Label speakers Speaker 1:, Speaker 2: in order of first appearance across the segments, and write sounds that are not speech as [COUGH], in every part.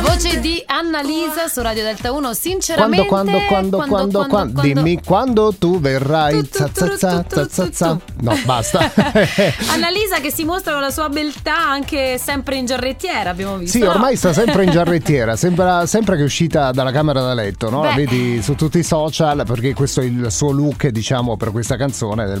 Speaker 1: voce di Annalisa su Radio Delta 1,
Speaker 2: Quando,
Speaker 1: sinceramente.
Speaker 2: quando, quando, quando, quando, dimmi quando tu verrai.
Speaker 1: Tu, tu,
Speaker 2: za, za,
Speaker 1: tu,
Speaker 2: za,
Speaker 1: tu, tu,
Speaker 2: za, za,
Speaker 1: tu,
Speaker 2: za.
Speaker 1: tu.
Speaker 2: No, basta.
Speaker 1: [LAUGHS] Annalisa che si mostra con la sua beltà anche sempre in giarrettiera, abbiamo visto.
Speaker 2: Sì,
Speaker 1: no?
Speaker 2: ormai sta sempre in giarrettiera, sembra sempre che è uscita dalla camera da letto, no? La
Speaker 1: Beh.
Speaker 2: vedi su tutti i social perché questo è il suo look, diciamo, per questa canzone del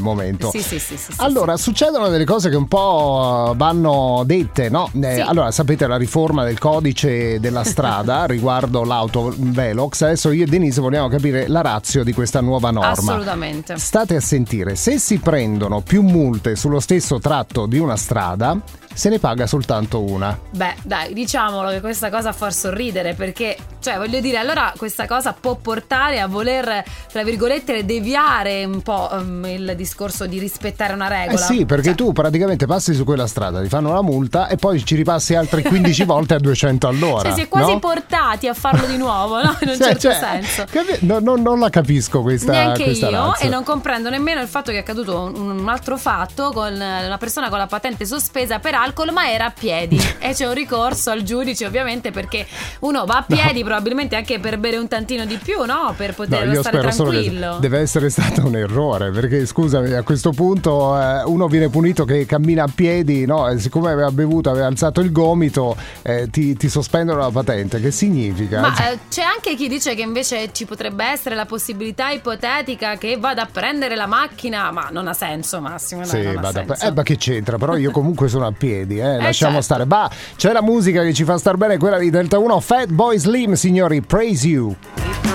Speaker 1: [LAUGHS]
Speaker 2: momento.
Speaker 1: Sì, sì, sì, sì, sì,
Speaker 2: Allora, succedono delle cose che un po' vanno dette, no? Eh,
Speaker 1: Sì.
Speaker 2: Allora, sapete la riforma del codice
Speaker 1: [LAUGHS]
Speaker 2: della strada riguardo l'auto Velox, adesso io e Denise vogliamo capire la razio di questa nuova
Speaker 1: sì.
Speaker 2: norma.
Speaker 1: Assolutamente.
Speaker 2: State a sentire, se si prendono più multe sullo stesso tratto di una strada, se ne paga soltanto una. Eh
Speaker 1: Beh, dai, diciamolo che questa cosa fa sorridere perché, cioè, voglio dire, allora questa cosa può portare a voler, tra virgolette, deviare un po' ehm, il discorso di rispettare una
Speaker 2: Eh
Speaker 1: regola.
Speaker 2: sì, perché
Speaker 1: Cioè,
Speaker 2: tu praticamente passi su quella strada, ti fanno la multa e poi ci ripassi
Speaker 1: [LAUGHS]
Speaker 2: altre 15 volte a 200 all'ora.
Speaker 1: Cioè, si è quasi
Speaker 2: no?
Speaker 1: portati a farlo di nuovo, no?
Speaker 2: [LAUGHS]
Speaker 1: In un
Speaker 2: Cioè,
Speaker 1: certo
Speaker 2: cioè,
Speaker 1: senso.
Speaker 2: capi- no, no, non la capisco questa
Speaker 1: Neanche
Speaker 2: questa
Speaker 1: io
Speaker 2: razza.
Speaker 1: e non comprendo nemmeno il fatto che è accaduto un, un altro fatto con eh, una persona con la patente sospesa per alcol ma era a
Speaker 2: [LAUGHS]
Speaker 1: piedi e c'è un ricorso al giudice ovviamente perché uno va a piedi probabilmente anche per bere un tantino di più, no? Per
Speaker 2: No,
Speaker 1: poter
Speaker 2: io
Speaker 1: stare
Speaker 2: spero solo che
Speaker 1: tranquillo.
Speaker 2: deve essere stato un errore, perché scusami, a questo punto eh, uno viene punito che cammina a piedi, no? E siccome aveva bevuto, aveva alzato il gomito, eh, ti, ti sospendono la patente. Che significa? Cioè,
Speaker 1: Ma eh, c'è anche chi dice che invece ci potrebbe essere la possibilità ipotetica che vada a prendere la macchina, ma non ha senso Massimo. no,
Speaker 2: Sì,
Speaker 1: non ha
Speaker 2: vado a-
Speaker 1: senso.
Speaker 2: eh, ma che c'entra? Però io comunque sono a piedi, eh, lasciamo
Speaker 1: certo.
Speaker 2: stare. Ma c'è la musica che ci fa star bene, quella di Delta 1, Fat Boy Slim, signori, praise you.
Speaker 3: If